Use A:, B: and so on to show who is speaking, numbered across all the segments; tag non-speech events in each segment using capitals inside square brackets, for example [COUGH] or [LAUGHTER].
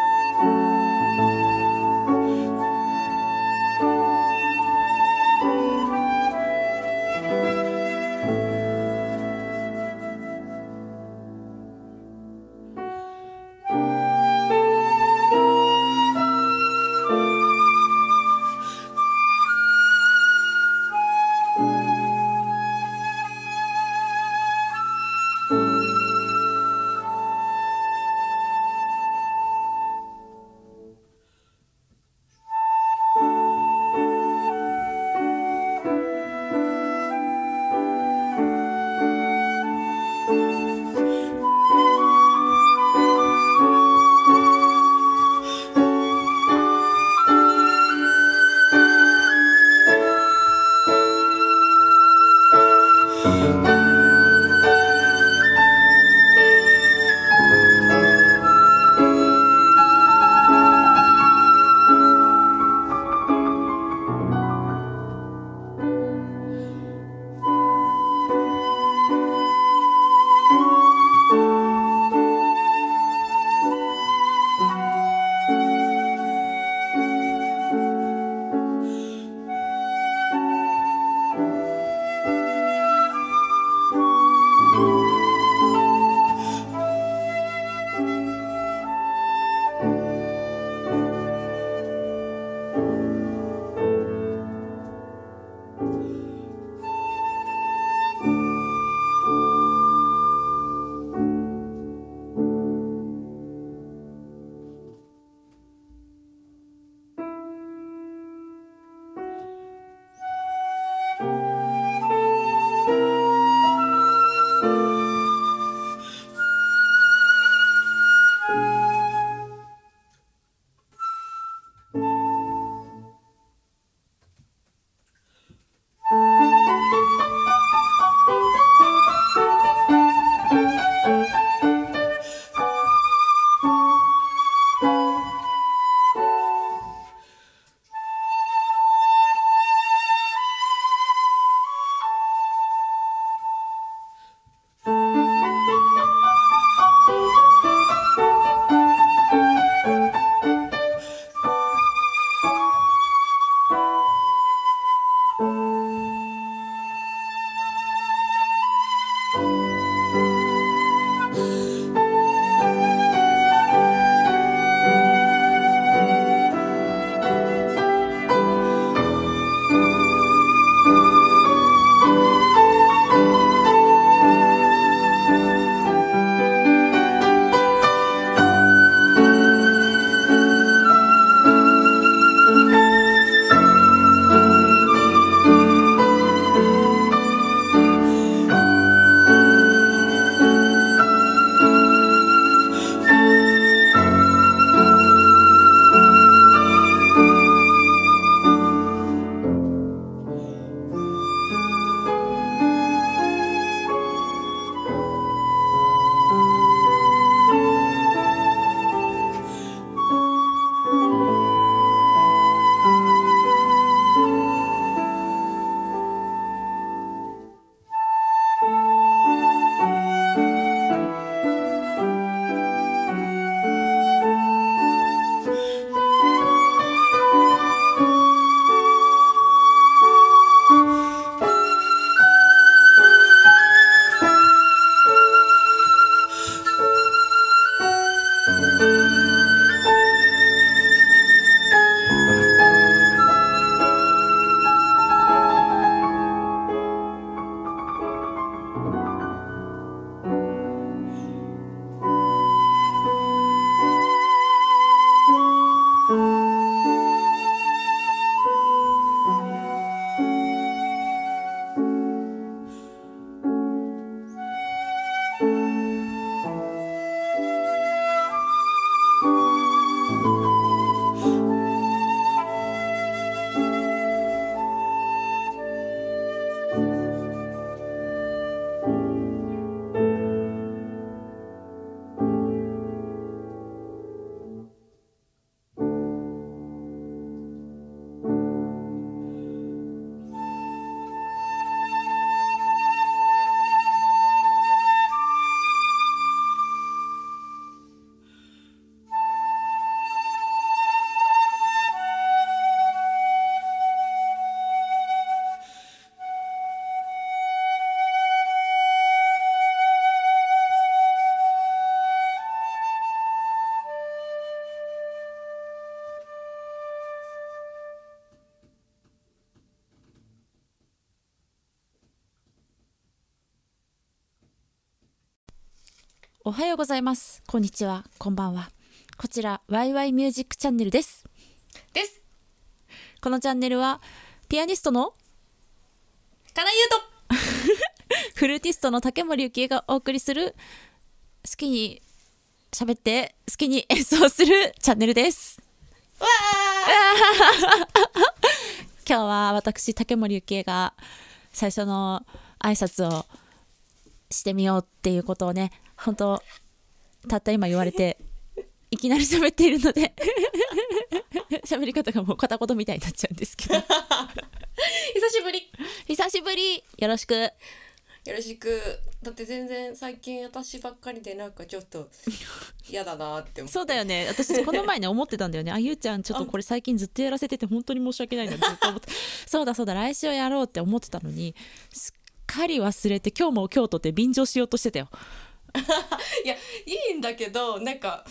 A: 「おはようございます。こんにちは。こんばんは。こちら、ワイワイミュージックチャンネルです。
B: です。
A: このチャンネルは、ピアニストの
B: かなゆうと。
A: フルーティストの竹森幸恵がお送りする、好きに喋って、好きに演奏するチャンネルです。
B: わ
A: [LAUGHS] 今日は私、竹森幸恵が最初の挨拶をしてみようっていうことをね、本当たった今言われて、いきなり喋っているので、 [LAUGHS] 喋り方がもう片言みたいになっちゃうんですけど。
B: ー久しぶり。
A: [LAUGHS] 久しぶりよろしく
B: よろしく。だって全然最近私ばっかりでなんかちょっ [LAUGHS] と嫌だなって思う。
A: そうだよね私この前ね思ってたんだよ [LAUGHS] ねあゆうちゃんちょっとこれ最近ずっとやらせてて本当に申し訳ないなってずっと思ってそうだそうだ来週やろうって思ってたのにすっかり忘れて今日も京都って便乗しようとしてたよ
B: いやいいんだけどなんか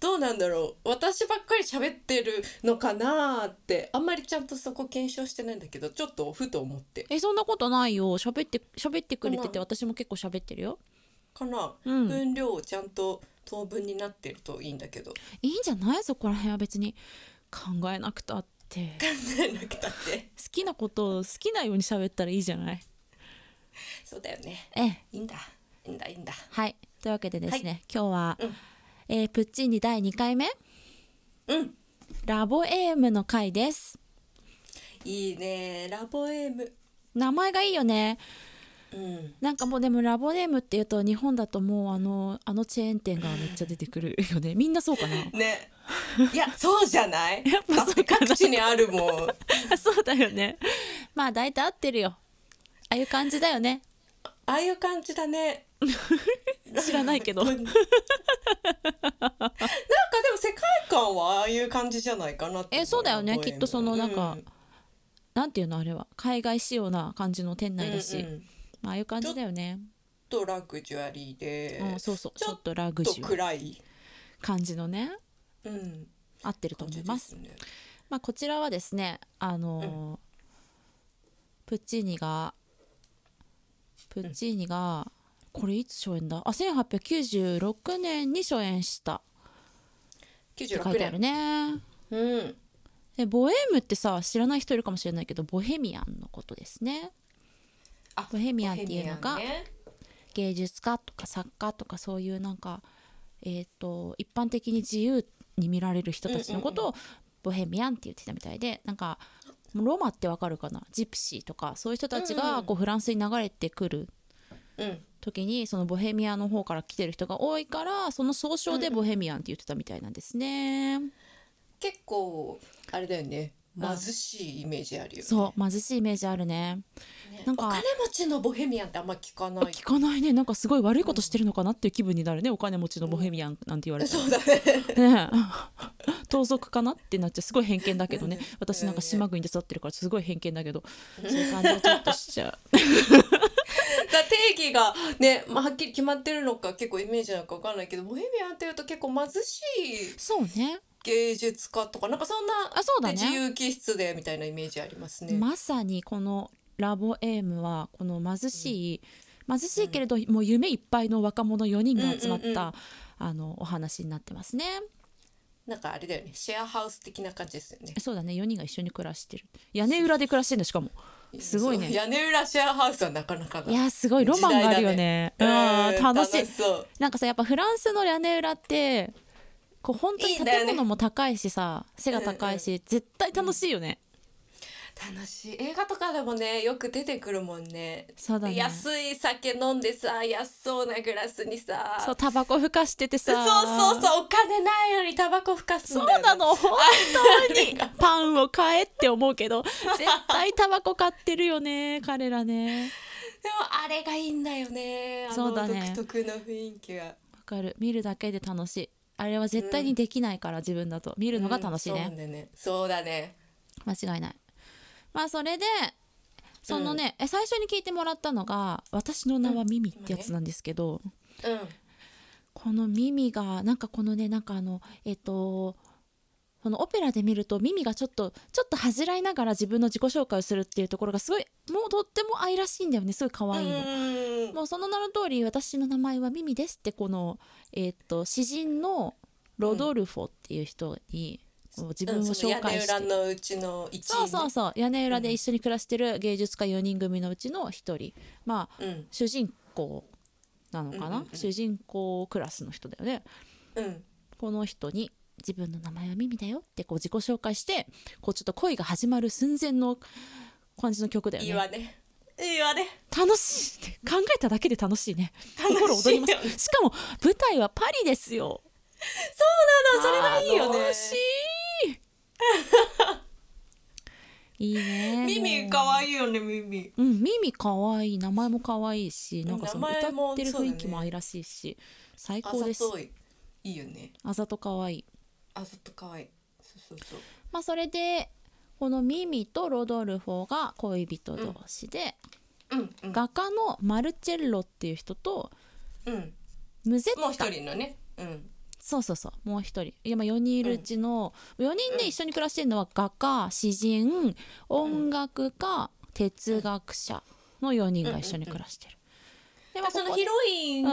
B: どうなんだろう。私ばっかり喋ってるのかなーってあんまりちゃんとそこ検証してないんだけどちょっとふと思って。
A: えそんなことないよ喋って喋ってくれてて
B: う
A: 私も結構喋ってるよ
B: かな、
A: うん
B: 分量をちゃんと等分になってるといいんだけど。
A: いいんじゃないそこら辺は別に考えなくたって [LAUGHS] 好
B: なくたって。
A: きなことを好きなように喋ったらいいじゃない
B: そうだよね。
A: ええ
B: いいんだ。いいんだいいんだ。
A: はいというわけでですね、今日は、
B: うん
A: えープッチーニ第2回目
B: うん。
A: ラボエームの回です。
B: いいねラボエム。
A: 名前がいいよね。
B: うん。
A: なんかもうでもラボネームっていうと日本だともうあのあのチェーン店がめっちゃ出てくるよね。 [LAUGHS] みんなそうかな。
B: [LAUGHS] ね。いや、そうじゃな
A: [LAUGHS]
B: い。
A: やっぱ
B: だって
A: そうかな
B: 各地にあるもん。
A: あそうだよね。まあ大体合ってるよ。ああいう感じだよね。
B: ああいう感じだね。
A: [LAUGHS] 知らないけど。
B: なんかでも [LAUGHS] 世界観はああいう感じじゃないかなって思
A: えそうだよね
B: ラボエム
A: きっとそのなんか
B: うん
A: なんていうのあれは海外仕様な感じの店内だし、
B: うんうんち
A: まあああいう感じだよね。
B: ょっとラグジュアリーで、
A: うんそうそうち
B: ち
A: ょ
B: ょ
A: っとラグ
B: っと
A: ジュアル
B: 暗い、
A: 感じのね
B: うん、
A: 合ってると思います。
B: 感じで
A: まあ、こちらはですねあのープッチーニがプッチーニが、これいつ初演だあ1896年に初演したって
B: すね。
A: 書
B: 96
A: いてある
B: 年、
A: ね
B: うん、
A: でボエームってさ知らない人いるかもしれないけどボヘミアンのことですね
B: あ
A: ボヘミアンっていうのが
B: ボヘミアンね
A: 芸術家とか作家とかそういうなんかえっ、と一般的に自由に見られる人たちのことをボヘミアンって言ってたみたいでなんかロマってわかるかなジプシーとかそういう人たち
B: うん
A: が
B: うん
A: こうフランスに流れてくる
B: うん、
A: 時にそのボヘミアの方から来てる人が多いからその総称でボヘミアンって言ってたみたいなんですね。
B: 結構あれだよね
A: うん
B: 貧しいイメージあるよね。
A: そう貧しいイメージあるね。
B: ね
A: なんか
B: お金持ちのボヘミアンってあんま聞かない
A: 聞かないねなんかすごい悪いことしてるのかなっていう気分になるねお金持ちのボヘミアンなんて言われたら
B: そうだね
A: ねえ [LAUGHS] 盗賊かなってなっちゃうすごい偏見だけ [LAUGHS] どね私なんか島国で育ってるからすごい偏見だけどそういう感じをちょっとしちゃう
B: だ定義がね、まあ、はっきり決まってるのか結構イメージなのか分かんないけどボヘミアンっていうと結構貧し
A: [LAUGHS]
B: い
A: そうね
B: 芸術家とかなんかそんな
A: あそうだね
B: で自由気質でみたいなイメージありますね。
A: まさにこのラボエームはこの貧しい、貧しいけれどもう夢いっぱいの若者4人が集まった、
B: うんうんうん
A: あのお話になってますね
B: なんかあれだよねシェアハウス的な感じですよね。
A: そうだね4人が一緒に暮らしてる屋根裏で暮らしてるのしかもすごいね
B: そう屋根裏シェアハウスはなかなかが
A: いやすごいロマンがあるよね
B: 時代だ
A: う
B: ね
A: ん
B: うん
A: 楽しい
B: そう
A: なんかさやっぱフランスの屋根裏ってこう本当に
B: いいんだよ
A: 建
B: ね
A: 物も高いしさ背が高いし、絶対楽しいよね、
B: 楽しい映画とかでもねよく出てくるもんね
A: そうだね
B: 安い酒飲んでさ安そうなグラスにさ
A: そうタバコふかしててさ
B: そうそうそうお金ないのにタバコふかすんだよ
A: そう
B: ね
A: なの本当にパンを買えって思うけ
B: [LAUGHS]
A: ど絶対タバコ買ってるよね彼らね
B: でもあれがいいんだよねあ
A: そ
B: の
A: うだね
B: 独特の雰囲気が
A: わかる見るだけで楽しいあれは絶対にできないから、自分だと見るのが楽しいね、
B: うんそうだねそうだね
A: 間違いないまあそれでそのね、え最初に聞いてもらったのが「私の名はミミ」ってやつなんですけど、
B: うん
A: このミミがなんかこのねなんかあのえっ、とこのオペラで見ると耳がちょっとちょっと恥じらいながら自分の自己紹介をするっていうところがすごいもうとっても愛らしいんだよねすごい可愛いの。
B: うん
A: もうその名の通り私の名前はミミですってこの、えーっと詩人のロドルフォっていう人に、こう自分を紹介して、
B: うんその屋根裏のうちの一位
A: そう
B: ね
A: そうそう屋根裏で一緒に暮らしてる芸術家4人組のうちの1人まあ
B: うん
A: 主人公なのかな、
B: うんうんうん
A: 主人公クラスの人だよね
B: うん
A: この人に自分の名前はミミだよってこう自己紹介してこうちょっと恋が始まる寸前の感じの曲だよ
B: い
A: ね
B: いわねいいわね
A: 楽しいって考えただけで楽しいね心躍りま
B: 楽しいよね
A: すしかも舞台はパリですよ
B: そうなのそれがいいよね
A: 楽し
B: [LAUGHS]
A: いいいね
B: 耳可愛いよね耳
A: うん、耳かわいい名前もかわいいしなんかその
B: 名
A: 歌
B: 前も
A: ってる
B: そうだ
A: 雰囲
B: ね
A: 気も愛らしいし、最
B: あ
A: 高です
B: ざといいいよね
A: あざとかわいい
B: あざと可愛いそうそうそう
A: まあそれでこのミミとロドルフォが恋人同士で、
B: うんうん
A: 画家のマルチェッロっていう人と
B: うん
A: ムゼッ
B: もう一人のねうん
A: そうそうそうもう一人今4人いるうちの、4人で一緒に暮らしてるのは画家詩人音楽家、哲学者の4人が一緒に暮らしてる。でまあ
B: そ
A: こ
B: の
A: こ
B: ヒロイン
A: うん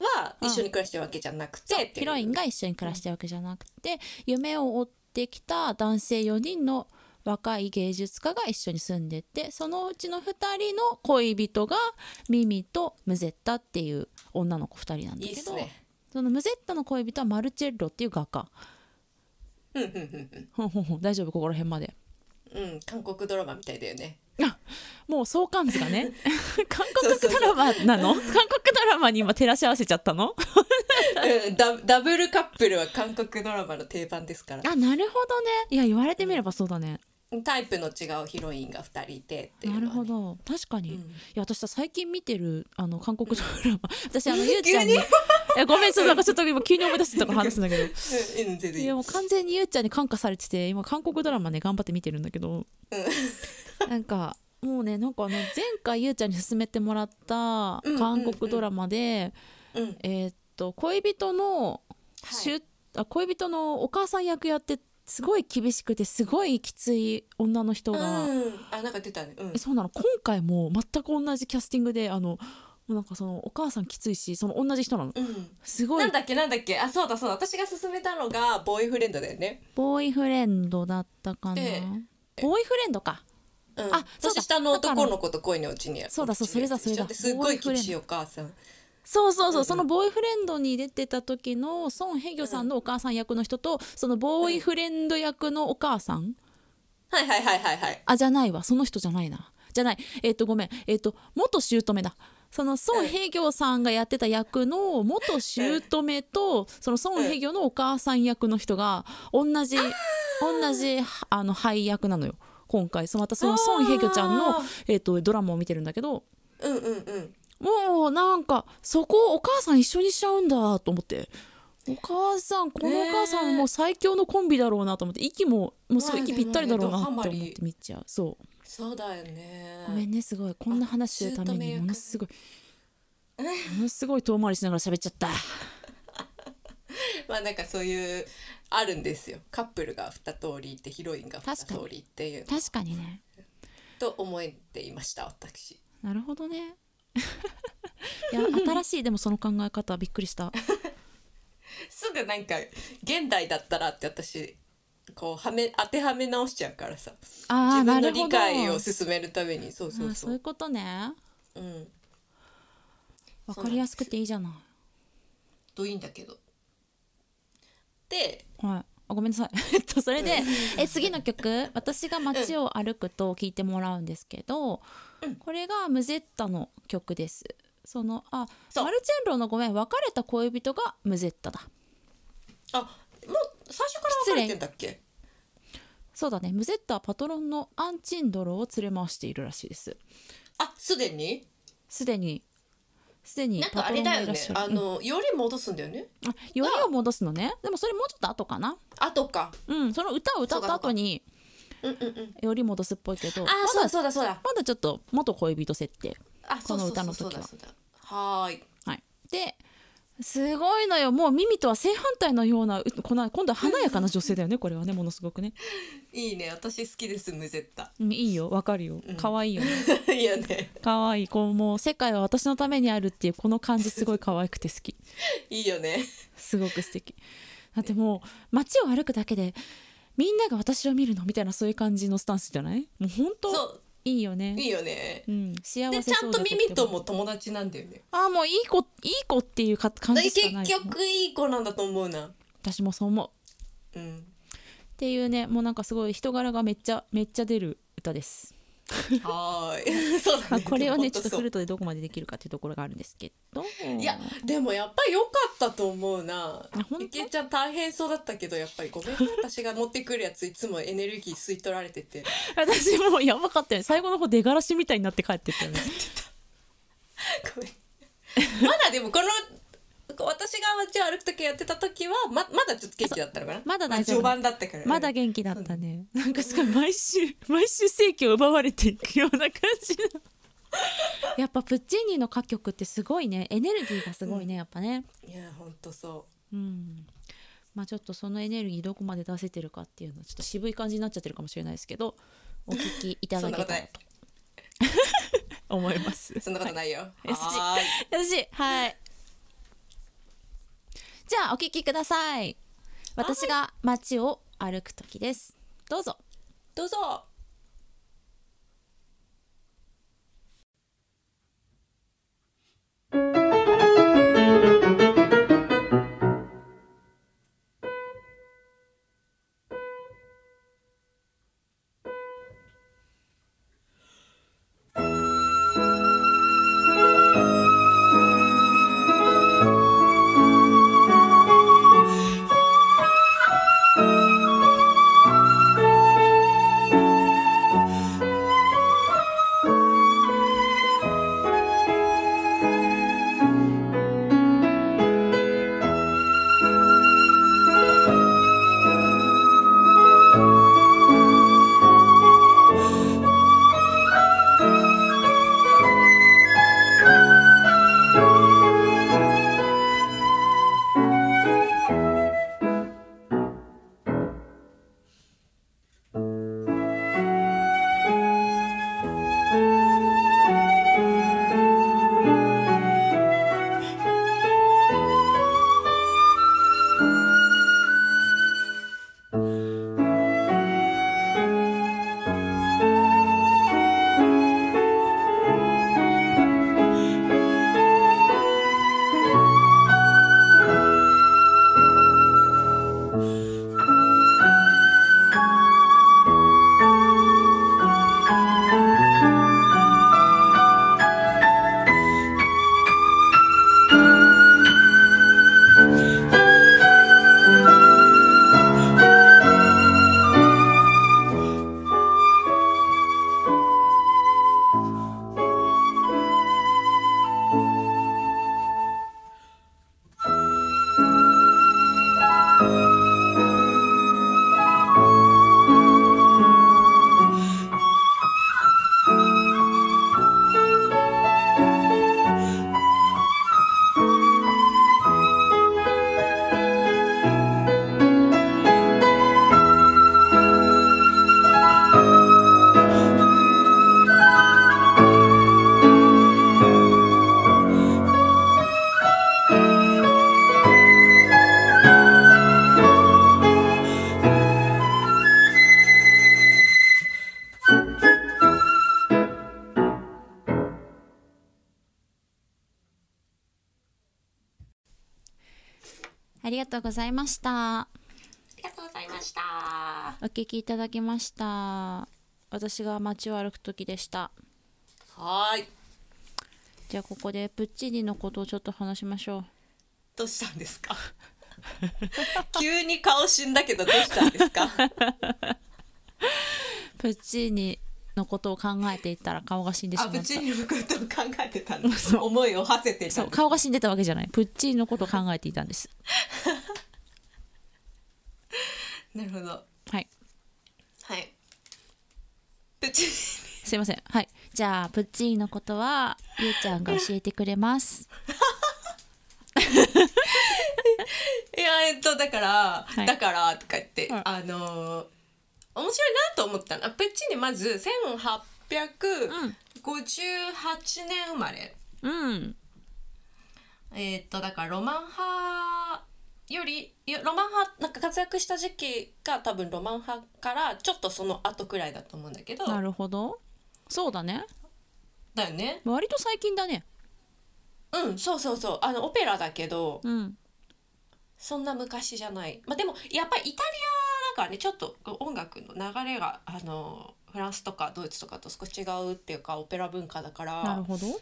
B: は
A: うん
B: 一緒に暮らしてるわけじゃなくて
A: そう
B: っていう
A: ヒロインが一緒に暮らしてるわけじゃなくて、夢を追ってきた男性4人の若い芸術家が一緒に住んでてそのうちの2人の恋人がミミとムゼッタっていう女の子2人なんだ
B: いい
A: け
B: っす
A: ど
B: ね
A: そのムゼッタの恋人はマルチェッロっていう画家
B: うんうんうん
A: ほんほんほん大丈夫ここら辺まで
B: うんうん韓国ドラマみたいだよね [LAUGHS]
A: あもう相関図がね韓
B: そうそう
A: 国ド
B: そう
A: ラマなの韓国ドラマに今照らし合わせちゃったの
B: うんダダブルカップルは韓国ドラマの定番ですから
A: あなるほどねいや言われてみればそうだね
B: タイプの違うヒロインが2人いてっていう
A: な
B: の
A: る
B: はね
A: ほど確かに、
B: うん
A: いや私さ最近見てるあの韓国ドラマ私あの
B: 急に
A: ゆうちゃんにえごめんそうなんかちょっと今急に思い出してたから話すんだけど
B: うんうん [LAUGHS] 全然い
A: い
B: い
A: やもう完全にゆうちゃんに感化されてて今韓国ドラマね頑張って見てるんだけどなんかもうねなんかあの前回ゆうちゃんに勧めてもらった
B: うんうん
A: 韓国ドラマで、
B: うんうん
A: えーっと恋人のしゅ、
B: は
A: あ恋人のお母さん役やってすごい厳しくてすごいきつい女の人が、
B: うんあなんか出たねうん
A: えそうなの今回も全く同じキャスティングであのもうなんかそのお母さんきついしその同じ人なの
B: うん
A: すご
B: ないんだっけなんだっけあそうだそうだ私が勧めたのがボーイフレンドだよね
A: ボーイフレンドだったかな
B: で
A: ボーイフレンドか
B: うん
A: あそうだ
B: 年下の男の子と恋のうちにや
A: そうだそうそれだそれだ
B: すっごい厳しいお母さん
A: そうそうそう、
B: うんうん
A: そのボーイフレンドに出てた時のソン・ヘギョさんのお母さん役の人と、そのボーイフレンド役のお母さん、
B: はいはいはいはいはい
A: あじゃないわその人じゃないなじゃないえっ、とごめんえっ、と元姑だその孫平行さんがやってた役の元姑とその孫平行のお母さん役の人が同じ同じはあの配役なのよ今回そうまたその孫平行ちゃんの
B: あー、
A: えっとドラマを見てるんだけど
B: うんうんうん
A: もうなんかそこをお母さん一緒にしちゃうんだと思ってお母さんこのお母さんも最強のコンビだろうなと思って息ももうすごい息ぴったりだろうなって思って見ちゃうそう。
B: そうだよね
A: ごめんねすごいこんな話するために
B: 姑
A: ものすごいものすごい遠回りしながら喋っちゃった
B: [LAUGHS] まあなんかそういうあるんですよカップルが二通りいてヒロインが二
A: 確
B: 通
A: かに
B: りっていう
A: 確かにね
B: と思っていました私
A: なるほど
B: [LAUGHS]
A: ねいや新しいでもその考え方びっくり
B: [LAUGHS]
A: した
B: すぐなんか現代だったらって私こうはめ当てはめ直しちゃうからさ
A: あ
B: 自
A: あな
B: 分の
A: るほ
B: 理
A: ど
B: 解を進めるためにそうそ
A: あ
B: う
A: ー
B: そ
A: そういう
B: う
A: ことね
B: うん
A: わかりやすくていいじゃな
B: といいんだけどで
A: いはいあごめんなさい [LAUGHS] えっとそれでえ次の曲私が街を歩くと聴いてもらうんですけど
B: うん
A: これがムゼッタの曲ですそのあ
B: そう
A: マルチェンロのごめん別れた恋人がムゼッタだ
B: あもう最初から分かれてんだっけ
A: そうだねムゼッタはパトロンのアンチンドロを連れ回しているらしいです
B: あすでに
A: すでにすでに
B: なん
A: パ
B: かあ
A: トロ
B: れ
A: ンが
B: だ
A: い
B: よ
A: らっ
B: ね
A: しゃる
B: あのより戻すんだよね
A: うんあよりを戻すのねでもそれもうちょっと後かな
B: あとか
A: うんその歌を歌った後に
B: うんうんうん
A: より戻すっぽいけど
B: あ
A: ま
B: ーそうだ
A: だ
B: そうだそうだ
A: まだちょっと元恋人設定
B: あそう
A: この
B: そう
A: 歌
B: そ
A: の
B: うそう
A: 時
B: だ
A: は
B: そうだはーい
A: はいですごいのよもうミミとは正反対のようなうこの今度は華やかな女性だよねこれはねものすごくね、
B: いいね私好きですムゼッ
A: [LAUGHS]
B: タ
A: うん、いいよわかるよ
B: うん
A: 可愛いよね
B: いやね
A: 可愛いこうもう世界は私のためにあるっていうこの感じすごい可愛くて好き
B: いいよね
A: すごく素敵だってもう街を歩くだけでみんなが私を見るのみたいなそういう感じのスタンスじゃないもう本当
B: そ
A: いいよ
B: う
A: ね
B: いいよね
A: うん幸
B: で
A: せ
B: ちゃ
A: そ
B: ん
A: うだ
B: とミミと
A: って
B: も友達なんだよね
A: ああもういい子いい子っていうか感じ
B: 結
A: しかない
B: 局いい子なんだと思うな
A: 私もそう思う
B: うん
A: っていうねもうなんかすごい人柄がめっちゃめっちゃ出る歌
B: [LAUGHS]
A: です、
B: は
A: [LAUGHS]
B: ーいそうだ
A: まあ、
B: ね
A: これをね
B: で
A: ちょ
B: も
A: っとフ
B: 本
A: ルートでどこまでできるかっていうところがあるんですけど
B: 当そういやでもやっぱり良かったと思うな
A: あ本当
B: ゆきえちゃん大変そうだったけどやっぱりごめんね私が持ってくるやついつもエネルギー吸い取られてて
A: 私もうやばかったよね最後の方出がらしみたいになって帰ってったよね
B: ごめんまだでもこの私が街を歩く時やってた時はままだちょっと元気だったのかな
A: まだ
B: まあ
A: 大丈夫
B: 序盤だったからね、
A: まだ元気だったね、なんかすごい毎週毎週正気を奪われていくような感じのやっぱプッチーニの歌曲ってすごいねエネルギーがすごいねやっぱね
B: いや本当そ
A: うんまあちょっとそのエネルギーどこまで出せてるかっていうのはちょっと渋い感じになっちゃってるかもしれないですけどお聞きいうた
B: そ
A: だ
B: んなこ
A: け
B: と
A: [LAUGHS] たらと
B: ない
A: 思い [LAUGHS] ます
B: そんなことないよ、
A: 優しい
B: はーい
A: よしはいじゃあお聞きください私が街を歩く時ですどうぞ
B: どうぞ
A: ありがとうございました
B: ありがとうございました
A: お聞きいただきました私が街を歩く時でした
B: はーい
A: じゃあここでプッチーニのことをちょっと話しましょう
B: どうしたんですか [LAUGHS] 急に顔死んだけどどうしたんで
A: [LAUGHS]
B: すか
A: プッチーニのことを考えていたら顔が死んでし
B: あ
A: まっ
B: ぶ
A: た
B: ちにのことを考え
A: [LAUGHS]
B: てたの思いを馳せてた
A: そう
B: の
A: 顔が死んでたわけじゃないプッチーニのことを考えていたんです
B: なるほど
A: はい
B: はいぶち
A: すいませんはいじゃあプッチーニのことはゆうちゃんが教えてくれます
B: えっとだから、
A: い
B: だからとか言って、
A: うん
B: あのー面白いなと思ったのあペッチーニまず1858年生まれ、
A: うん
B: えっとだからロマン派よりいやロマン派なんか活躍した時期が多分ロマン派からちょっとその後くらいだと思うんだけど
A: なるほどそうだね
B: だよね
A: 割と最近だね
B: うんそうそうそうあのオペラだけど、
A: うん
B: そんな昔じゃない。まあ、でもやっぱりイタリアだからねちょっと音楽の流れがあのフランスとかドイツとかと少し違うっていうかオペラ文化だか
A: なる
B: ら
A: ほど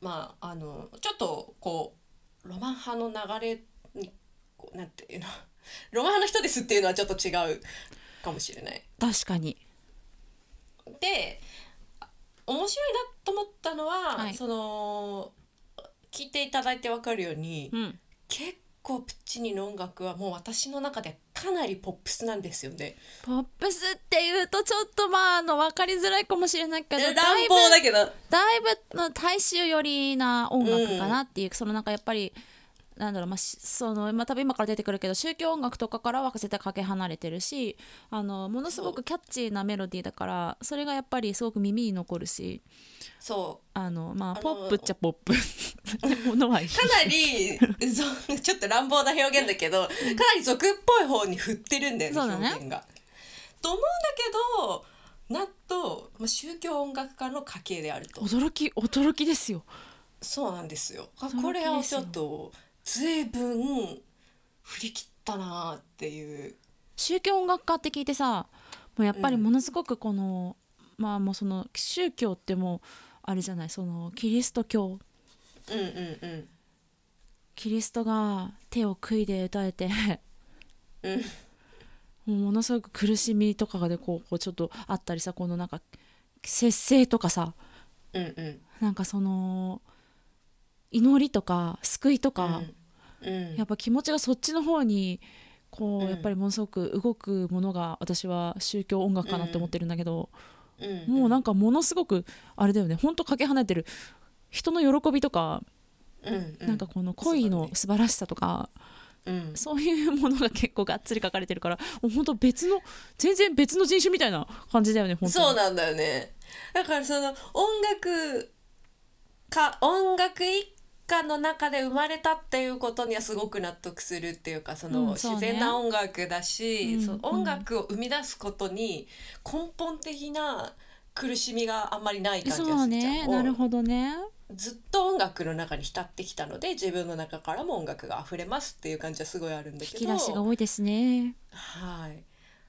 B: まああのちょっとこうロマン派の流れにこうなんていうの [LAUGHS] ロマン派の人ですっていうのはちょっと違うかもしれない。
A: 確かに
B: であ面白いなと思ったのは、
A: はい
B: その聞いていただいてわかるように、
A: うん
B: 結構プッチニの音楽はもう私の中でかなりポップスなんですよね。
A: ポップスっていうとちょっとまああの分かりづらいかもしれないけど
B: 乱
A: だいぶ
B: 暴だけど。
A: だいぶの大衆寄りな音楽かなっていう、そのなんかやっぱりなんだろう、まあ、しそのまあ多分今から出てくるけど宗教音楽とかからは絶対かけ離れてるしあのものすごくキャッチーなメロディーだからそれがやっぱりすごく耳に残るし
B: そ
A: あのまあ
B: の。
A: ポップっちゃポップものはいいう
B: かな [LAUGHS] り、そうちょっと乱暴な表現だけど、かなり俗っぽい方に振ってるんだよね、
A: そうだね
B: 表現が。と思うんだけど、なんと、まあ、宗教音楽家の家系であると。
A: 驚き驚きですよ
B: そうなんですよ。あ
A: その
B: これ
A: 気
B: は
A: です
B: ち
A: よ
B: ょっと、ずいぶん振り切ったなっていう。
A: 宗教音楽家って聞いてさもうやっぱりものすごくこの、まあもうその宗教ってもうあれじゃないそのキリスト教
B: うんうんうん。
A: キリストが手を組いで歌えて [LAUGHS]
B: うん
A: もうものすごく苦しみとかがでこうこうちょっとあったりさこのなんか節制とかさ
B: うんうん。
A: なんかその祈りとか救いとか、
B: うん、
A: やっぱ気持ちがそっちの方にこう、
B: うん
A: やっぱりものすごく動くものが私は宗教音楽かなって思ってるんだけど、
B: うん
A: もうなんかものすごくあれだよねほんとかけ離れてる人の喜びとか、
B: うんう
A: なんかこの恋の素晴らしさとか。
B: うん、
A: そういうものが結構がっつり書かれてるからもう本当別の全然別の人種みたいな感じだよね本当に
B: そうなんだよねだからその音楽か音楽一家の中で生まれたっていうことにはすごく納得するっていうかそ
A: う
B: の、
A: んそうね
B: 自然な音楽だし、
A: うん
B: その音楽を生み出すことに根本的な苦しみがあんまりない感じがする
A: そう
B: じゃん
A: ね
B: もう
A: なるほどね
B: ずっと音楽の中に浸ってきたので自分の中からも音楽が溢れますっていう感じはすごいあるんだけ
A: 引
B: ど
A: き出しが多いですね
B: はい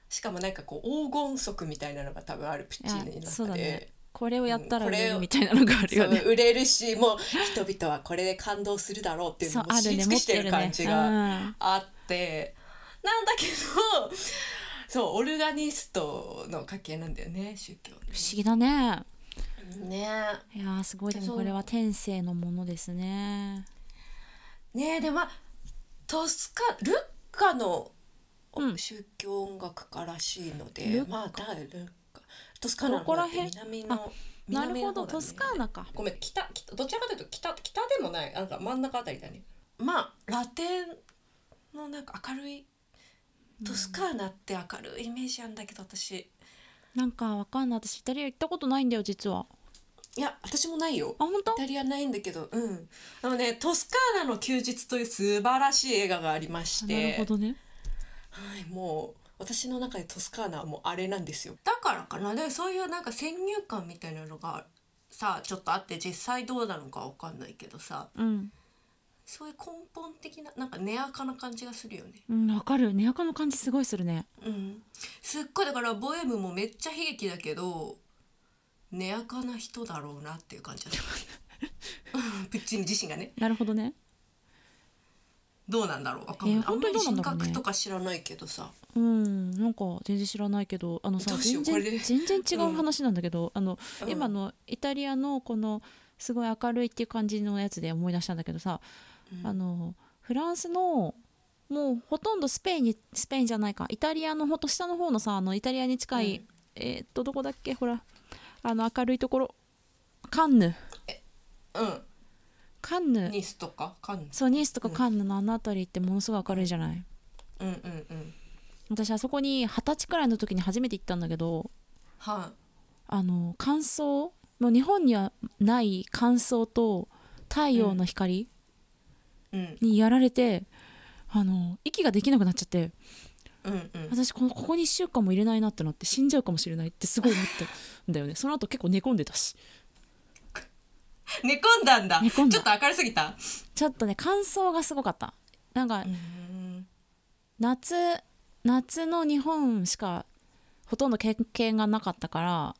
B: しかもなんかこう黄金足みたいなのが多分あるプッチーニの中
A: いや
B: で。
A: そうだねこれをやったら
B: うん
A: 売
B: これ
A: れる
B: を
A: みたいなのがあるよね
B: そう売れるしもう人々はこれで感動するだろうっていう
A: そ
B: の
A: う
B: を
A: あ
B: 知
A: る
B: り
A: ね
B: 尽
A: 持
B: く
A: っ
B: して
A: て
B: る
A: る
B: 感
A: ね
B: じが
A: うん
B: あってなんだけど [LAUGHS] そうオルガニストの家系なんだよね宗教
A: 不思議だね
B: ね
A: いやーすごいでも
B: そう
A: これは天性のものですね
B: ねえでもまあトスカルッカの
A: うん
B: 宗教音楽家らしいので、
A: ルッカ
B: まあだルッカトスカーナの
A: どこ
B: 方だ
A: ら
B: って
A: 辺
B: 南
A: あ
B: の
A: な
B: 南
A: るほ
B: の方だ、ね、
A: ど、トスカーナか
B: ごめん北北どちらかというと北北でもないなんか真ん中あたりだねまあラテンのなんか明るいトスカーナって明るいイメージなんだけど私
A: なんかわかんない私イタリア行ったことないんだよ実はい
B: や私もないよ
A: あ本当
B: イタリアないんだけどうんあのねトスカーナの休日という素晴らしい映画がありまし
A: なる
B: て
A: ほどね
B: はいもう私の中でトスカーナはもうあれなんですよだからかなでそういうなんか先入観みたいなのがさちょっとあって実際どうなのかわかんないけどさ、
A: うん
B: そういう根本的ななんか根垢な感じがするよね。
A: うんわかる根垢の感じすごいするね
B: うん。すっごいだからボエムもめっちゃ悲劇だけど根垢な人だろうなっていう感じだった。
A: [LAUGHS]
B: うんプッチン自身がね
A: なるほどね
B: どうなんだろうわかんない、
A: えー
B: あ
A: 本
B: んま
A: 当に
B: り
A: どうなん
B: 人
A: だろうね
B: 格とか知らないけどさ
A: うん、なんか全然知らないけどあのさ
B: どうし
A: 全
B: よう
A: 然
B: これで
A: 全然違う話なんだけど、あの
B: うん
A: 今のイタリアのこのすごい明るいっていう感じのやつで思い出したんだけどさ、
B: うん
A: あのフランスのもうほとんどスペインにスペインじゃないかイタリアのほんと下の方のさあのイタリアに近い、
B: うん
A: えーっとどこだっけほらあの明るいところカンヌ
B: うん
A: カンヌ
B: ニースとかカンヌ
A: そうニースとかカンヌのあの辺りってものすごい明るいじゃない、
B: うんうんうん
A: 私あそこに二十歳くらいの時に初めて行ったんだけど
B: は
A: あの乾燥もう日本にはない乾燥と太陽の光
B: いうん
A: にやられて、あの息ができなくなっちゃって
B: うんうん
A: 私このここに1週間も入れないなってなって死んじゃうかもしれないってすごい思ったんだよねその後結構寝込んでたし
B: 寝込んだんだ
A: 寝込んだ
B: ちょっと明るすぎた
A: ちょっとね乾燥がすごかったなんか
B: うん
A: 夏夏の日本しかほとんど経験がなかったから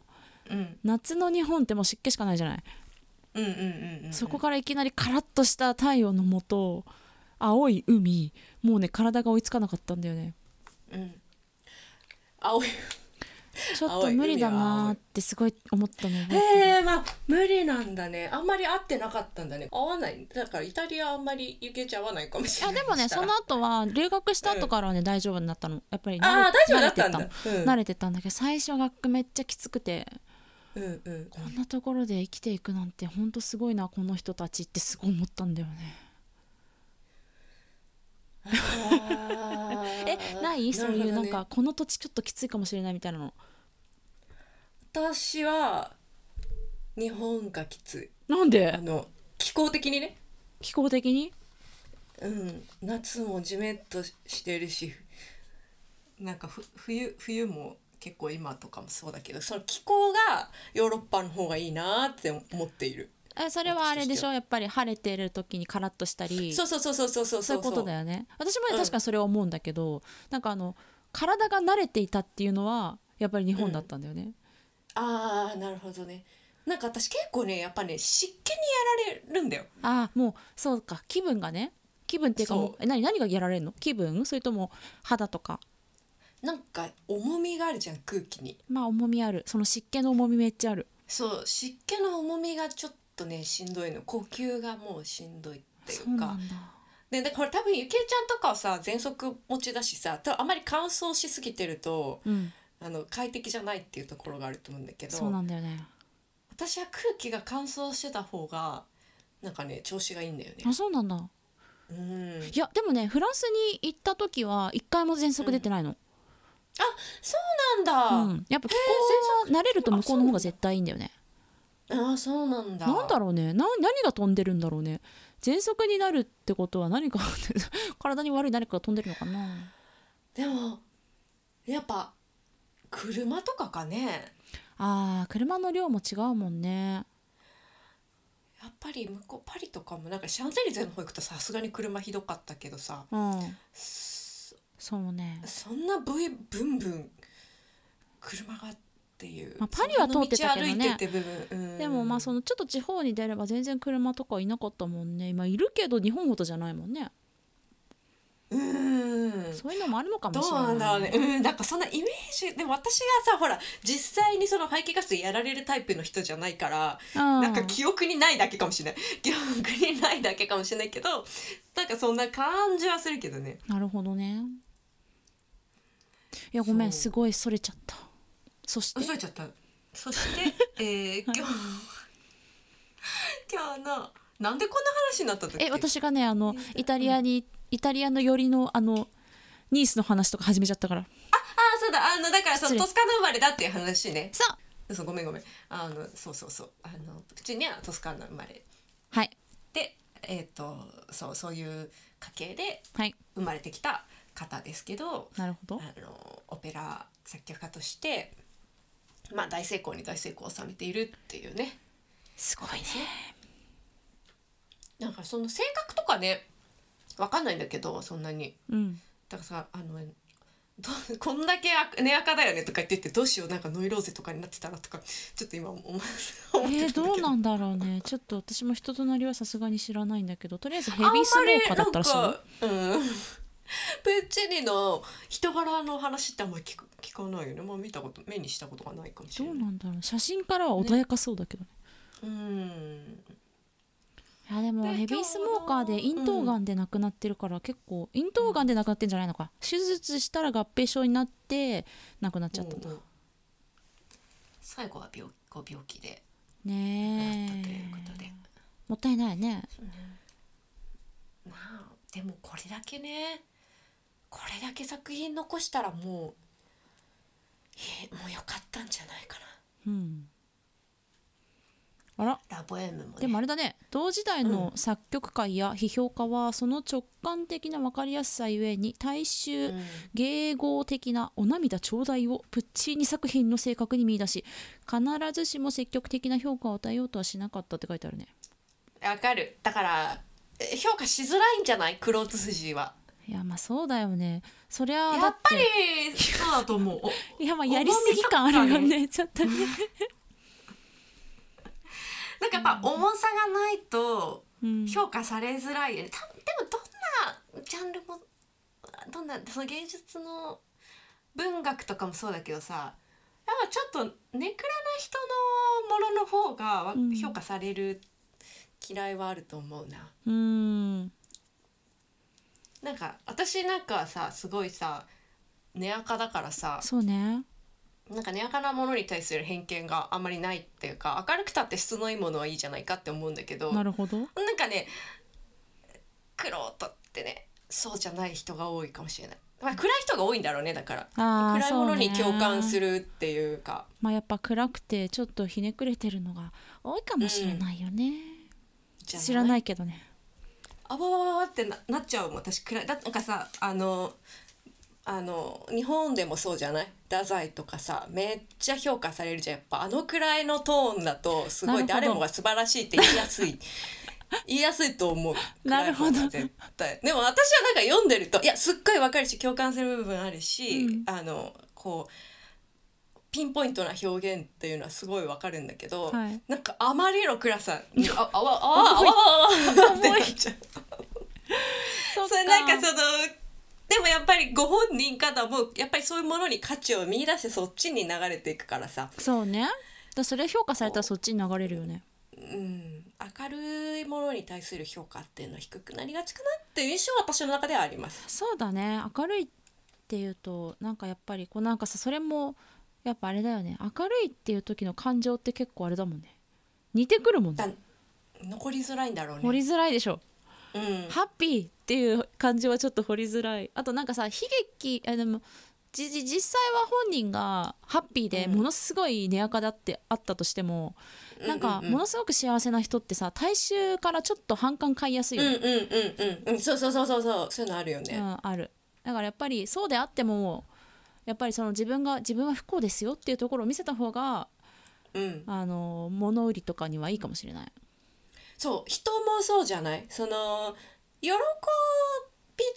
B: うん
A: 夏の日本ってもう湿気しかないじゃない
B: うんうんうんうん
A: そこからいきなりカラッとした太陽のもと青い海もうね体が追いつかなかったんだよね
B: うん青い
A: ちょっと無理だなーってすごい思ったの覚えてる
B: へえまあ無理なんだねあんまり会ってなかったんだね合わないだからイタリアあんまり行けちゃわないかもしれ
A: あ
B: ない
A: でもね
B: した
A: そ
B: ら
A: の後は留学した後からはね、大丈夫になったのやっぱり慣れ
B: ああ大丈夫だったん
A: 慣れ
B: だ
A: て
B: うん
A: 慣れてたんだけど最初がめっちゃきつくて
B: うんうん
A: こんなところで生きていくなんてほんとすごいなこの人たちってすごい思ったんだよね [LAUGHS] えないそういうなんか、この土地ちょっときついかもしれないみたいなの
B: 私は日本がきつい
A: なん
B: あ
A: で
B: の気候的にね
A: 気候的に
B: うん夏もじめっとしてるしなんかふ冬冬も結構今とかもそうだけどその気候がヨーロッパの方がいいなって思っている
A: えそれはあれでしょやっぱり晴れてる時にカラッとしたり
B: そうそうそうそうそうそう
A: そういうことだよね私もね
B: うん
A: 確かにそれは思うんだけど、なんかあの体が慣れていたっていうのはやっぱり日本だったんだよね、
B: ああなるほどねなんか私結構ねやっぱね湿気にやられるんだよ
A: ああもうそうか気分がね気分っていうかもう
B: そう
A: え何何がやられるの気分それとも肌とか
B: なんか重みがあるじゃん空気に
A: まあ重みあるその湿気の重みめっちゃある
B: そう湿気の重みがちょっとねしんどいの呼吸がもうしんどいってい
A: そううな
B: か
A: んだ
B: でだから多分ゆきえちゃんとかはさ喘息持ちだしさ多分あまり乾燥しすぎてると
A: うん
B: あの快適じゃないっていうところがあると思うんだけ
A: そうな
B: ど
A: んだよね
B: 私は空気が乾燥してた方がなんかね調子がいいんだよね
A: あそうなんだ
B: うん
A: いやでもねフランスに行った時は一回も喘息出てないの、
B: そう
A: う
B: なん
A: ん
B: だ、
A: やっぱ気候は慣れると向こうの方が絶対いいんだよね
B: ああそうなんだ
A: なんだろうねな何が飛んでるんだろうね喘息になるってことは何か [LAUGHS] 体に悪い何かが飛んでるのかな
B: でもやっぱ車とかかね
A: あー車の量も違うもんね
B: やっぱり向こうパリとかもなんかシャンゼリゼの方行くとさすがに車ひどかったけどさ
A: うん
B: そ
A: そうね、
B: そんなブイブンブン車がっていう、
A: まあパリは通ってたけどね
B: そんな道歩いてて部分、うん
A: でもまあそのちょっと地方に出れば全然車とかいなかったもんね今いるけど日本ほどじゃないもんね、
B: うん
A: そういうのもあるのかも
B: ど
A: し
B: う
A: れない
B: なんだろうねうんなんかそんなイメージでも私がさほら実際にその排気ガスやられるタイプの人じゃないから
A: うん
B: なんか記憶にないだけかもしれない記憶にないだけかもしれないけどなんかそんな感じはするけどね
A: なるほどねいやごめん
B: そう
A: すごいそれちゃったそして
B: 嘘れちゃったそ [LAUGHS] して、えー、今日今日のなんでこんな話になったんだっけ
A: え私がねあのイタリアに、イタリアの寄りのあのニースの話とか始めちゃったから
B: ああそうだあのだからそ
A: 失
B: の
A: 礼
B: トスカーナ生まれだっていう話ね
A: そう
B: 嘘ごめんごめんあのそうそうそうあのプチニャはトスカーナ生まれ
A: はい
B: でえっ、とそうそういう家系で
A: はい
B: 生まれてきた方ですけど
A: なるほど
B: あのオペラ作曲家としてまあ大成功に大成功を収めているっていうね
A: すごいね
B: なんかその性格とかねわかんないんだけどそんなに
A: うん
B: だからさあのどうこんだけあ寝垢だよねとか言っててどうしようなんかノイローゼとかになってたらとかちょっと今思思
A: えー、
B: って
A: どうなんだろうねちょっと私も人となりはさすがに知らないんだけどとりあえずヘビースモーカーだったらしい
B: あん
A: よ
B: まりなんかうんプッチーニの人柄の話ってあんまり聞く聞かないよね、まあ、見たこと目にしたことがないかもし
A: ど
B: れな
A: う
B: い
A: なんだろう写真からは穏やかそうだけどね
B: うん
A: いやでも
B: で
A: ヘビースモーカーで
B: 今日
A: 咽
B: の
A: 頭がんで亡くなってるから結構咽頭がんで亡くなってんじゃないのか手術したら合併症になって亡くなっちゃったんだ
B: うんうん最後は病ご病気でなったと
A: ね
B: いうことで、
A: えもったいないね
B: まあでもこれだけねこれだけ作品残したらもうえもうよかったんじゃないか
A: うんあら
B: なラボエムも、ね、
A: でもあれだね同時代の作曲家や批評家はその直感的な分かりやすさゆえに大衆
B: うん
A: 迎合的なお涙頂戴をプッチーニ作品の性格に見出し必ずしも積極的な評価を与えようとはしなかったって書いてあるね
B: わかるだからえ評価しづらいんじゃないクローズ筋はい
A: やまあそうだよねそりゃあだ
B: や
A: っ
B: っぱ
A: て
B: りそうだと思うお
A: いやまあやりすぎ感あるよねちょっとね
B: なんかやっぱ重さがないと
A: うん
B: 評価されづらいよね多分でもどんなジャンルもどんなその芸術の文学とかもそうだけどさやっぱちょっとネクラな人のものの方がわ
A: うん
B: 評価される嫌いはあると思うな。
A: うん
B: なんか私なんかはさすごいさ根垢だからさ
A: そうね
B: なんか根垢なものに対する偏見があんまりないっていうか明るくたって質のいいものはいいじゃないかって思うんだけど
A: なるほど
B: なんかね苦労とってねそうじゃない人が多いかもしれない、まあ、暗い人が多いんだろうねだから
A: あー
B: 暗いものに
A: そうね
B: 共感するっていうか
A: まあやっぱ暗くてちょっとひねくれてるのが多いかもしれないよね、
B: じゃ
A: 知らないけどね
B: あわわわわってななっちゃうもん私暗いだなんかさあのあの日本でもそうじゃない太宰とかさめっちゃ評価されるじゃんやっぱあのくらいのトーンだとすごい
A: なるほど
B: 誰もが素晴らしいって言いやすい [LAUGHS] 言いやすいと思う
A: なるほど
B: 暗い方が絶対でも私はなんか読んでるといやすっごいわかるし共感する部分あるし、
A: うん
B: あのこうピンポイントな表現っていうのはすごいわかるんだけど、
A: はい
B: なんかあまりの暗さにああわあわあわあわあわってなっちゃう。
A: そ
B: それなんかそのでもやっぱりご本人方もやっぱりそういうものに価値を見出してそっちに流れていくからさ、
A: そうねだそれ評価されたらそっちに流れるよね
B: うん、明るいものに対する評価っていうのは低くなりがちかなっていう印象は私の中ではあります。
A: そうだね明るいっていうとなんかやっぱりこうなんかさそれもやっぱあれだよね明るいっていう時の感情って結構あれだもんね似てくるもん
B: だ
A: ね
B: 残りづらいんだろう
A: 掘り
B: ね。
A: づらいでしょ
B: うん、
A: ハッピーっていう感じはちょっと掘りづらいあとなんかさ悲劇あでもじじ実際は本人がハッピーで
B: うん
A: ものすごい根垢だってあったとしても、なんか
B: うんうんうん
A: ものすごく幸せな人ってさ大衆からちょっと反感買いやすいよ
B: うん
A: ね
B: うんうんうんうんそうそうそうそうそうそういうのあるよ
A: う
B: ね。
A: ん、あるだからやっぱりそうであってもやっぱりその自分が自分は不幸ですよっていうところを見せた方が
B: うん、
A: あの物売りとかにはいいかもしれない
B: そう人もそうじゃないその喜び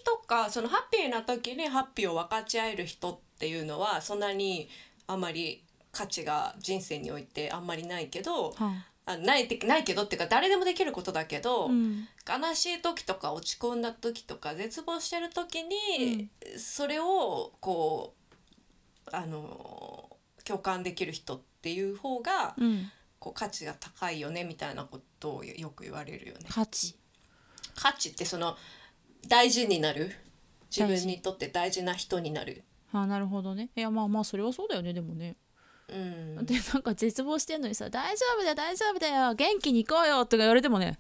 B: とかそのハッピーな時にハッピーを分かち合える人っていうのはそんなにあまり価値が人生においてあんまりないけど
A: は
B: あないてないけどっていうか誰でもできることだけど、
A: うん、
B: 悲しい時とか落ち込んだ時とか絶望してる時に、それをこうあの共感できる人っていう方が、
A: うん、
B: こう価値が高いよねみたいなことをよく言われるよね。
A: 価値
B: 価値ってその大事になる自
A: 大
B: 分
A: 事
B: にとって大事な人になる。
A: あなるほどねいやまあまあそれはそうだよねでもね、
B: うん、
A: でなんか絶望してんのにさ「大丈夫だよ大丈夫だよ元気に行こうよ」とか言われてもね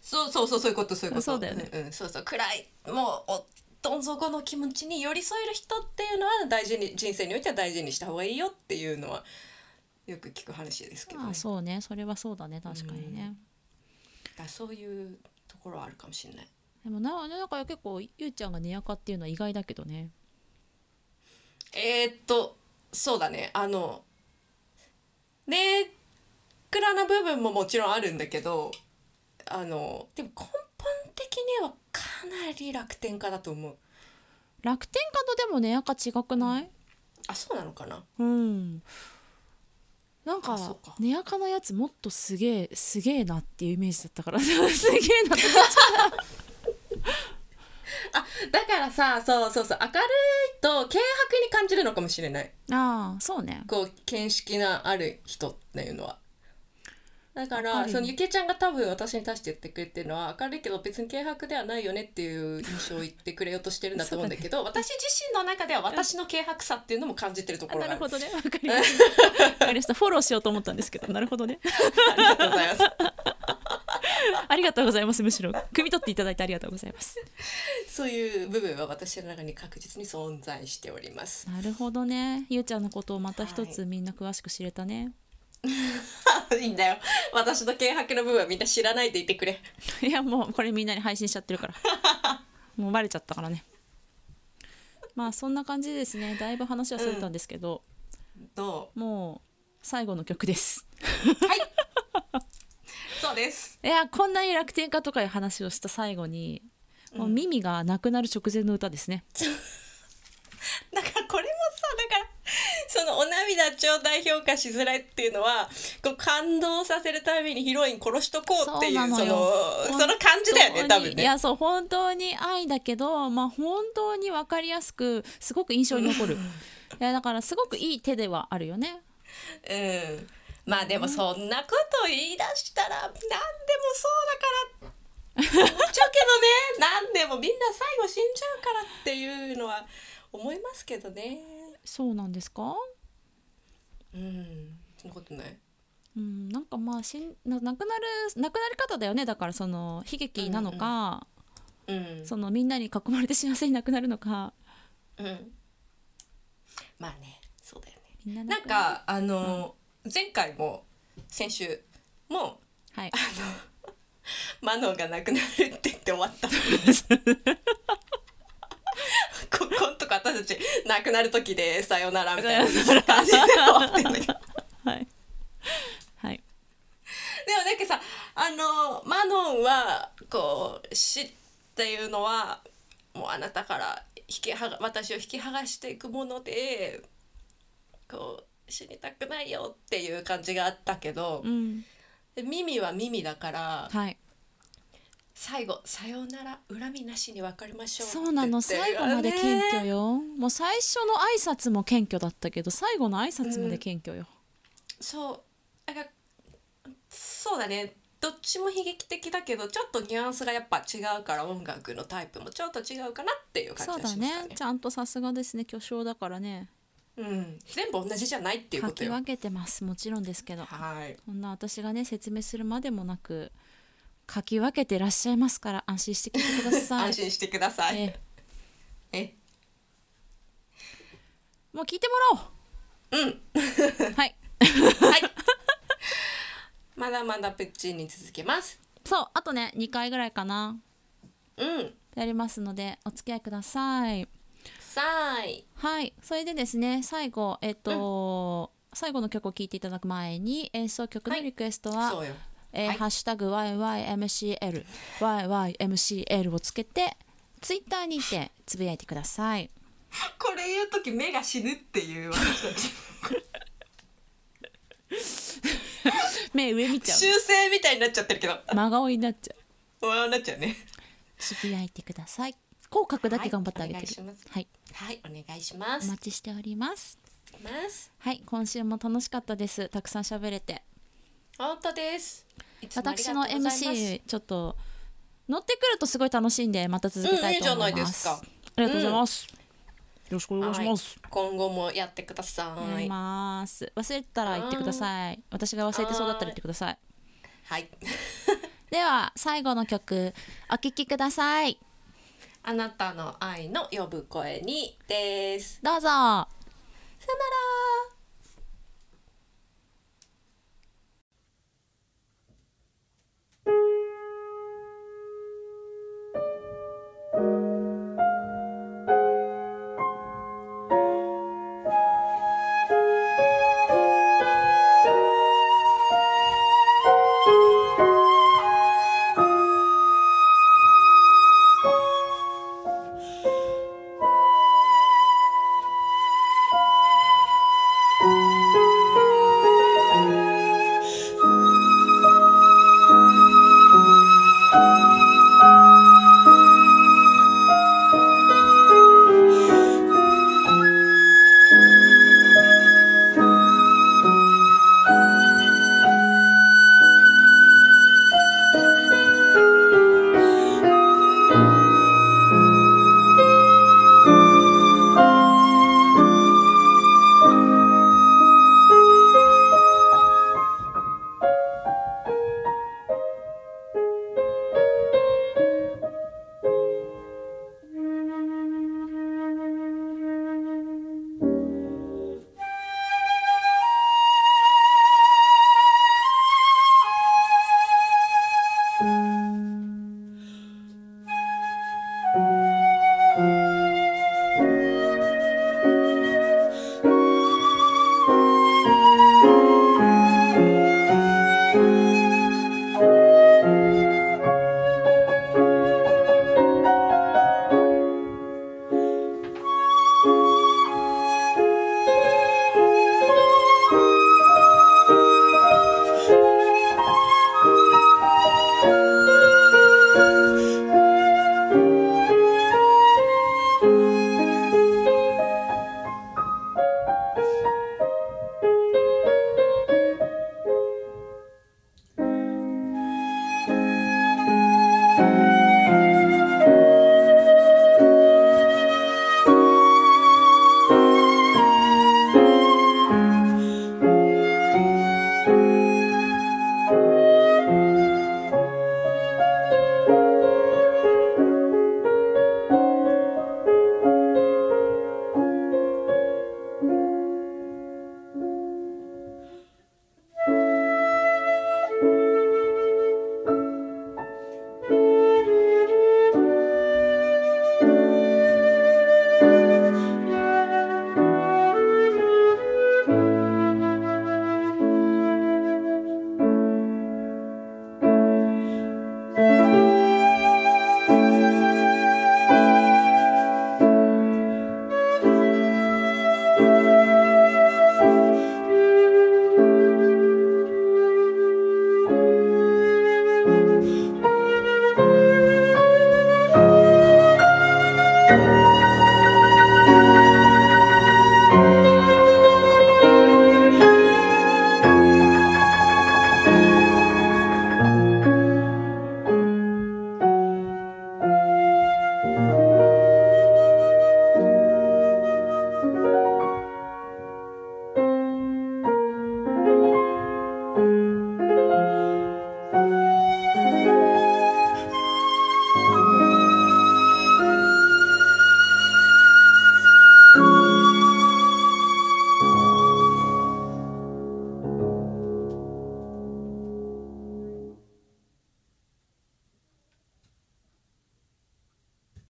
B: そうそうそうそういうことそういうこと
A: そうだよね
B: うんうん、そうそう暗いもうおどん底の気持ちに寄り添える人っていうのは大事に人生においては大事にした方がいいよっていうのはよく聞く話ですけど、ね
A: まあそうねそれはそうだね確かにね、
B: だからそういうところはあるかもしれない。
A: でもななんか結構ゆうちゃんが寝やかっていうのは意外だけどね
B: えーっとそうだねあのねクラな部分ももちろんあるんだけどあのでも根本的にはかなり楽天家だと思う
A: 楽天家とでも寝やか違くない、
B: あそうなのかな
A: うんなん
B: あそ
A: か
B: うか
A: 根垢のやつもっとすげえすげえなっていうイメージだったから [LAUGHS] すげえ [LAUGHS] なって
B: あだからさそうそうそう明るいと軽薄に感じるのかもしれない
A: ああそうね
B: こう見識のある人っていうのはだか
A: わからる
B: そのゆきえちゃんが多分私に対して言ってくれてるのは明るいけど別に軽薄ではないよねっていう印象を言ってくれようとしてるんだと思うんだけど私自身の中では私の軽薄さっていうのも感じてるところがあ
A: な
B: る
A: るほどねわかりましたわかりましたフォローしようと思ったんですけどなるほどね
B: ありがとうございます
A: ありがとうございますむしろ汲み取っていただいてありがとうございます
B: そういう部分は私の中に確実に存在しております。
A: なるほどねゆうちゃんのことをまた一つみんな詳しく知れたね、 [LAUGHS]
B: いいんだよ。私の軽薄な部分はみんな知らないでいてくれ。
A: い、やもうこれみんなに配信しちゃってるからもうバレちゃったからねまあそんな感じですねだいぶ話はそれたんですけど、
B: ど
A: もう最後の曲です
B: う？はい。そうです。
A: いやこんなに楽天家とかいう話をした最後に、もう耳がなくなる直前の歌ですね
B: だからこれもさ、だからそのお涙頂戴評価しづらいっていうのは、こう感動させるためにヒロイン殺しとこうっていう
A: そうな
B: そ
A: のよ
B: のその感じだよね
A: 本当
B: 多
A: に
B: 分
A: い
B: ね。
A: やそう本当に愛だけど、まあ、本当に分かりやすくすごく印象に残るいやだからすごくいい手ではあるよね
B: うん。まあでもそんなこと言い出したら何でもそうだから思っ
A: [LAUGHS]
B: ちゃうけどね何でもみんな最後死んじゃうからっていうのは思いますけどね
A: そうなんですか
B: うんそんなことない
A: うん、なんかまあしんななくなるなくなり方だよねだからその悲劇なのか、
B: うん
A: そのみんなに囲まれて幸せになくなるのか
B: うんまあねそうだよね
A: みんな
B: なん
A: くなる
B: かあの、前回も先週も [LAUGHS]
A: はい
B: マノンがなくなるって言って終わ [LAUGHS] った。ここんとこ私たちなくなる時でさよならみたいな感じで終わってんだけど。でも
A: はいはい
B: なんかさあのマノンはこう死っていうのはもうあなたから引きはが私を引き剥がしていくものでこう死にたくないよっていう感じがあったけど、
A: うん
B: で耳は耳だから
A: はい
B: 最後「さようなら恨みなしに別れましょう」
A: そうなの
B: って言っ
A: 最
B: て
A: 後まで謙
B: あ
A: 虚
B: ね
A: よもう最初の挨拶も謙虚だったけど最後の挨拶まで謙虚よ、
B: そうだからそうだねどっちも悲劇的だけどちょっとニュアンスがやっぱ違うから音楽のタイプもちょっと違うかなっていう感
A: そう
B: じが
A: だ
B: しま
A: ね
B: すかね
A: ちゃんとさすがですね巨匠だからね
B: うん、全部同じじゃないっていうこ
A: 書
B: と
A: き
B: よ
A: 分けてますもちろんですけど
B: はい
A: そんな私がね説明するまでもなく書き分けてらっしゃいますから安心して聞いてください
B: [LAUGHS] 安心してください、
A: ええ
B: え
A: もう聞いてもらおううん [LAUGHS] はい
B: はい [LAUGHS] まだまだプッチーに続けます
A: そうあとね2回ぐらいかな
B: うん
A: やりますのでお付き合いください
B: さーい
A: はい、それでですね、最後、えっ、と、最後の曲を聴いていただく前に、演奏曲のリクエストは、
B: そうよ
A: えー
B: はい
A: ハッシュタグ YYMCL、YYMCL をつけて、ツイッターにてつぶやいてください。
B: これ言う時目が死ぬって [LAUGHS] いう私たち
A: 目上見ちゃ
B: 修正みたいになっちゃってるけど
A: う。真顔になっちゃう。
B: わあなっちゃうね
A: つぶやいてください。口角だけ頑張ってあげてる。
B: はいお願いします
A: はい、
B: はいお願いしま
A: お
B: す
A: 待ちしております。
B: ます
A: はい、今週も楽しかったです。たくさん喋れて。
B: 本当ですいつもありが
A: 私
B: とう
A: の
B: ございます
A: MC ちょっと乗ってくるとすごい楽しいんでまた続けたいと思い
B: うんいいじゃない
A: ま、
B: ですすか
A: ありがとうございます、よろしくお願いします、
B: はい今後もやってくださ
A: お願い
B: い
A: します忘れてたら言ってください私が忘れてそうだったら言ってください
B: はい [LAUGHS]
A: では最後の曲お聴きください
B: あなたの愛の呼ぶ声にです
A: どうぞ
B: さよなら